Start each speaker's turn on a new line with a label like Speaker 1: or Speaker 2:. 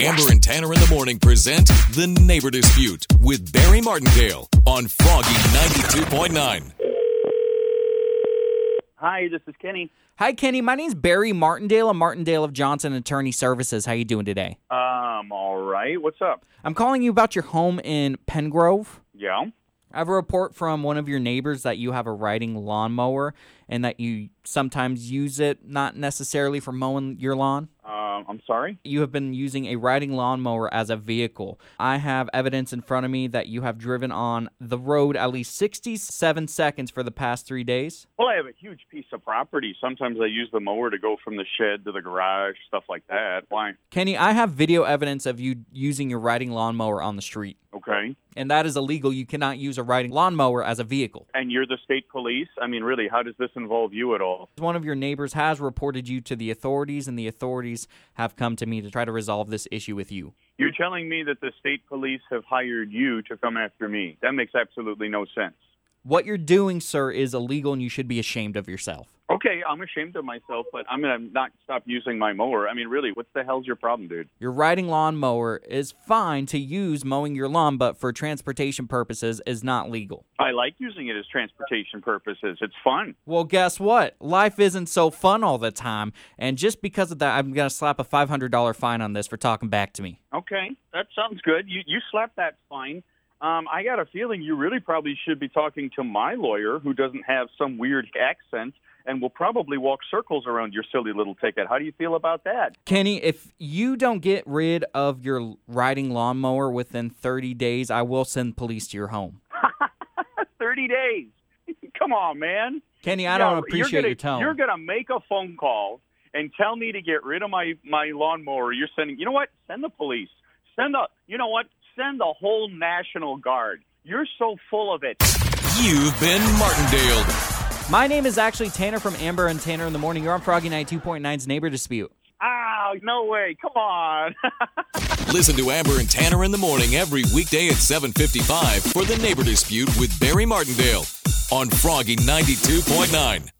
Speaker 1: Amber and Tanner in the morning present The Neighbor Dispute with Barry Martindale on Froggy 92.9.
Speaker 2: Hi, this is Kenny.
Speaker 3: Hi, Kenny. My name's Barry Martindale. I'm Martindale of Johnson Attorney Services. How you doing today?
Speaker 2: Um, all right. What's up?
Speaker 3: I'm calling you about your home in Pengrove.
Speaker 2: Yeah. um,
Speaker 3: I have a report from one of your neighbors that you have a riding lawnmower and that you sometimes use it, not necessarily for mowing your lawn.
Speaker 2: Um, I'm sorry.
Speaker 3: You have been using a riding lawnmower as a vehicle. I have evidence in front of me that you have driven on the road at least 67 seconds for the past three days.
Speaker 2: Well, I have a huge piece of property. Sometimes I use the mower to go from the shed to the garage, stuff like that. Why?
Speaker 3: Kenny, I have video evidence of you using your riding lawnmower on the street.
Speaker 2: Okay.
Speaker 3: and that is illegal. You cannot use a riding lawnmower as a vehicle.
Speaker 2: And you're the state police? I mean, really, how does this involve you at all?
Speaker 3: One of your neighbors has reported you to the authorities, and the authorities have come to me to try to resolve this issue with you.
Speaker 2: You're telling me that the state police have hired you to come after me. That makes absolutely no sense.
Speaker 3: What you're doing, sir, is illegal, and you should be ashamed of yourself.
Speaker 2: Okay, I'm ashamed of myself, but I'm going to not stop using my mower. I mean, really, what the hell's your problem, dude?
Speaker 3: Your riding lawnmower is fine to use mowing your lawn, but for transportation purposes is not legal.
Speaker 2: I like using it as transportation purposes. It's fun.
Speaker 3: Well, guess what? Life isn't so fun all the time, and just because of that, I'm gonna slap a $500 fine on this for talking back to me.
Speaker 2: Okay, that sounds good. You you slapped that fine. Um, I got a feeling you really probably should be talking to my lawyer, who doesn't have some weird accent and will probably walk circles around your silly little ticket. How do you feel about that?
Speaker 3: Kenny, if you don't get rid of your riding lawnmower within 30 days, I will send police to your home.
Speaker 2: Thirty days. Come on, man.
Speaker 3: Kenny, I
Speaker 2: Yeah,
Speaker 3: don't
Speaker 2: you're
Speaker 3: appreciate
Speaker 2: gonna-
Speaker 3: your tone.
Speaker 2: You're gonna make a phone call and tell me to get rid of my my lawnmower. You're sending. You know what? Send the police. Send the. You know what? Send the whole national guard. You're so full of it.
Speaker 1: You've been Martindale.
Speaker 3: My name is actually Tanner from Amber and Tanner in the Morning. You're on Froggy 92.9's Neighbor Dispute.
Speaker 2: Ah, no way. Come on.
Speaker 1: Listen to Amber and Tanner in the morning every weekday at 7:55 for The Neighbor Dispute with Barry Martindale on Froggy 92.9.